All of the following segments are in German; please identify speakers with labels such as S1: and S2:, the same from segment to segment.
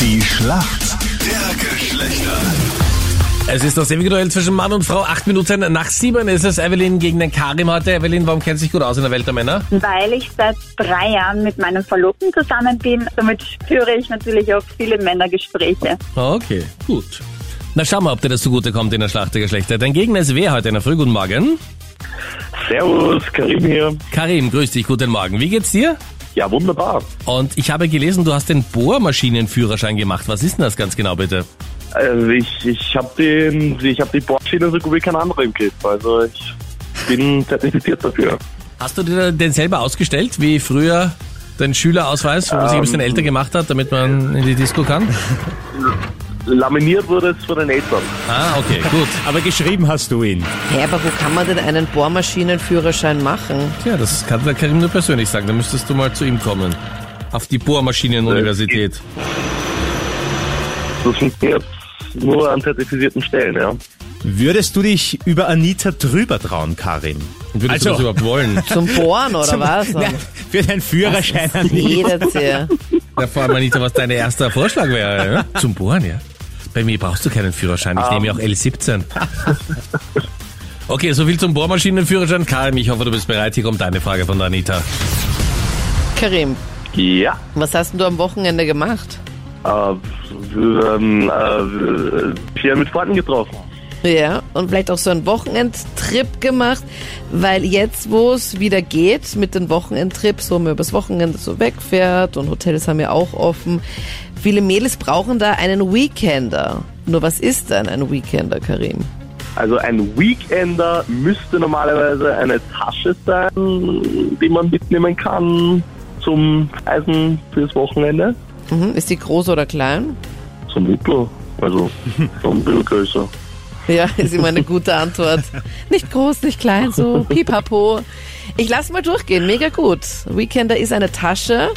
S1: Die Schlacht der Geschlechter.
S2: Es ist das ewige Duell zwischen Mann und Frau. Acht Minuten nach sieben ist es Evelyn gegen den Karim heute. Evelyn, warum kennst du dich gut aus in der Welt der Männer?
S3: Weil ich seit drei Jahren mit meinem Verlobten zusammen bin, somit führe ich natürlich auch viele Männergespräche.
S2: Ah, Okay, gut. Na schauen wir, ob dir das zugutekommt in der Schlacht der Geschlechter. Dein Gegner ist wer heute in der Früh? Guten Morgen.
S4: Servus, Karim hier.
S2: Karim, grüß dich, guten Morgen. Wie geht's dir?
S4: Ja, wunderbar.
S2: Und ich habe gelesen, du hast den Bohrmaschinenführerschein gemacht. Was ist denn das ganz genau bitte?
S4: Also ich, ich habe den, ich habe die Bohrmaschine so gut wie kein anderer im Griff. Also ich bin zertifiziert dafür.
S2: Hast du dir den selber ausgestellt, wie früher den Schülerausweis, wo man sich ein bisschen älter gemacht hat, damit man in die Disco kann?
S4: Laminiert wurde es von den Eltern.
S2: Ah, okay, gut.
S5: Aber geschrieben hast du ihn.
S6: Hä, aber wo kann man denn einen Bohrmaschinenführerschein machen?
S2: Tja, das kann der Karim nur persönlich sagen. Da müsstest du mal zu ihm kommen. Auf die
S4: Äh,
S2: Bohrmaschinenuniversität.
S4: Das funktioniert nur an zertifizierten Stellen, ja.
S5: Würdest du dich über Anita drüber trauen, Karin? Also-
S2: Würdest du das überhaupt wollen?
S6: Zum Bohren oder was? Also-
S5: für deinen Führerschein Anita.
S6: Jedes hier.
S2: Ja, vor allem, Anita, was dein erster Vorschlag wäre. Ja? Zum Bohren, ja. Bei mir brauchst du keinen Führerschein. Ich nehme ja auch L17. Okay, soviel zum Bohrmaschinenführerschein. Karim, ich hoffe, du bist bereit. Hier kommt deine Frage von der Anita.
S6: Karim,
S4: Ja.
S6: was hast denn du am Wochenende gemacht?
S4: Äh, ähm, äh, hier mit Freunden getroffen.
S6: Ja, und vielleicht auch so einen Wochenendtrip gemacht, weil jetzt, wo es wieder geht mit den Wochenendtrips, wo man übers Wochenende so wegfährt und Hotels haben ja auch offen, viele Mädels brauchen da einen Weekender. Nur was ist denn ein Weekender, Karim?
S4: Also ein Weekender müsste normalerweise eine Tasche sein, die man mitnehmen kann zum Eisen fürs Wochenende.
S6: Mhm, ist die groß oder klein?
S4: Zum Mittel. Also schon ein bisschen größer.
S6: Ja, ist immer eine gute Antwort. Nicht groß, nicht klein, so pipapo. Ich lass mal durchgehen, mega gut. Weekender ist eine Tasche,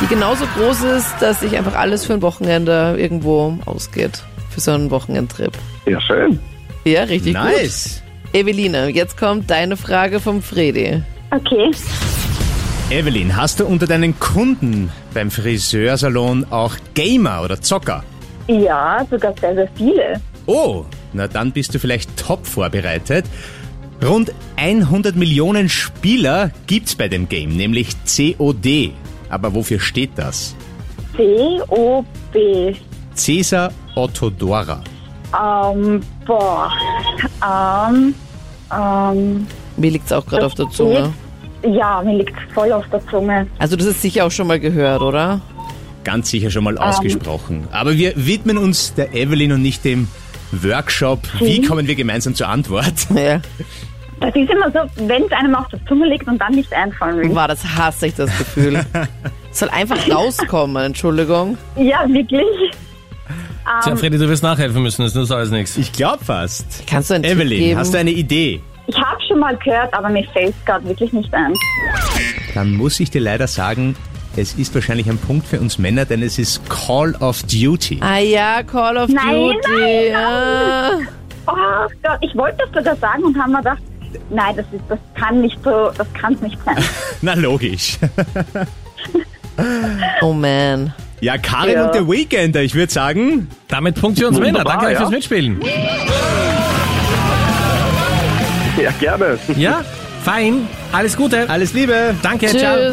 S6: die genauso groß ist, dass sich einfach alles für ein Wochenende irgendwo ausgeht. Für so einen Wochenendtrip.
S4: Ja, schön.
S6: Ja, richtig
S5: Nice.
S6: gut. Eveline, jetzt kommt deine Frage vom Fredi.
S3: Okay.
S5: Evelyn, hast du unter deinen Kunden beim Friseursalon auch Gamer oder Zocker?
S3: Ja, sogar sehr, sehr viele.
S5: Oh, na dann bist du vielleicht top vorbereitet. Rund 100 Millionen Spieler gibt's bei dem Game, nämlich COD. Aber wofür steht das?
S3: C-O-B.
S5: Cäsar Otto Dora.
S3: Ähm, boah. Ähm, ähm,
S6: Mir liegt's auch gerade auf der Zunge.
S3: ja, mir liegt voll auf der Zunge.
S6: Also das ist sicher auch schon mal gehört, oder?
S5: Ganz sicher schon mal ausgesprochen. Aber wir widmen uns der Evelyn und nicht dem Workshop. Wie kommen wir gemeinsam zur Antwort?
S6: Ja.
S3: Das ist immer so, wenn es einem auf der Zunge liegt und dann nicht einfallen will.
S6: War das hasse ich das Gefühl. Soll einfach rauskommen, Entschuldigung.
S3: Ja, wirklich.
S2: Tja, Freddy, du wirst nachhelfen müssen. Das nutzt alles nichts.
S5: Ich glaube fast.
S6: Kannst du einen Tipp
S5: Evelyn,
S6: geben?
S5: hast du eine Idee?
S3: Ich habe schon mal gehört, aber mir fällt es gerade wirklich nicht ein.
S5: Dann muss ich dir leider sagen, es ist wahrscheinlich ein Punkt für uns Männer, denn es ist Call of Duty.
S6: Ah ja, Call of
S3: Nein,
S6: Duty.
S3: nein, nein.
S6: Ah.
S3: Oh Gott, ich wollte das sogar sagen und haben mir gedacht, nein, das ist, das kann nicht so, das kann nicht sein.
S5: Na logisch.
S6: Oh man.
S5: Ja, Karin
S4: Ja.
S5: und der Weekender, ich würde sagen.
S2: Damit Punkt für uns Männer.
S4: Wunderbar,
S2: Danke euch
S4: ja.
S2: fürs Mitspielen.
S4: Ja, gerne.
S2: Ja, fein. Alles Gute.
S5: Alles Liebe.
S2: Danke, ciao.
S6: Tschüss.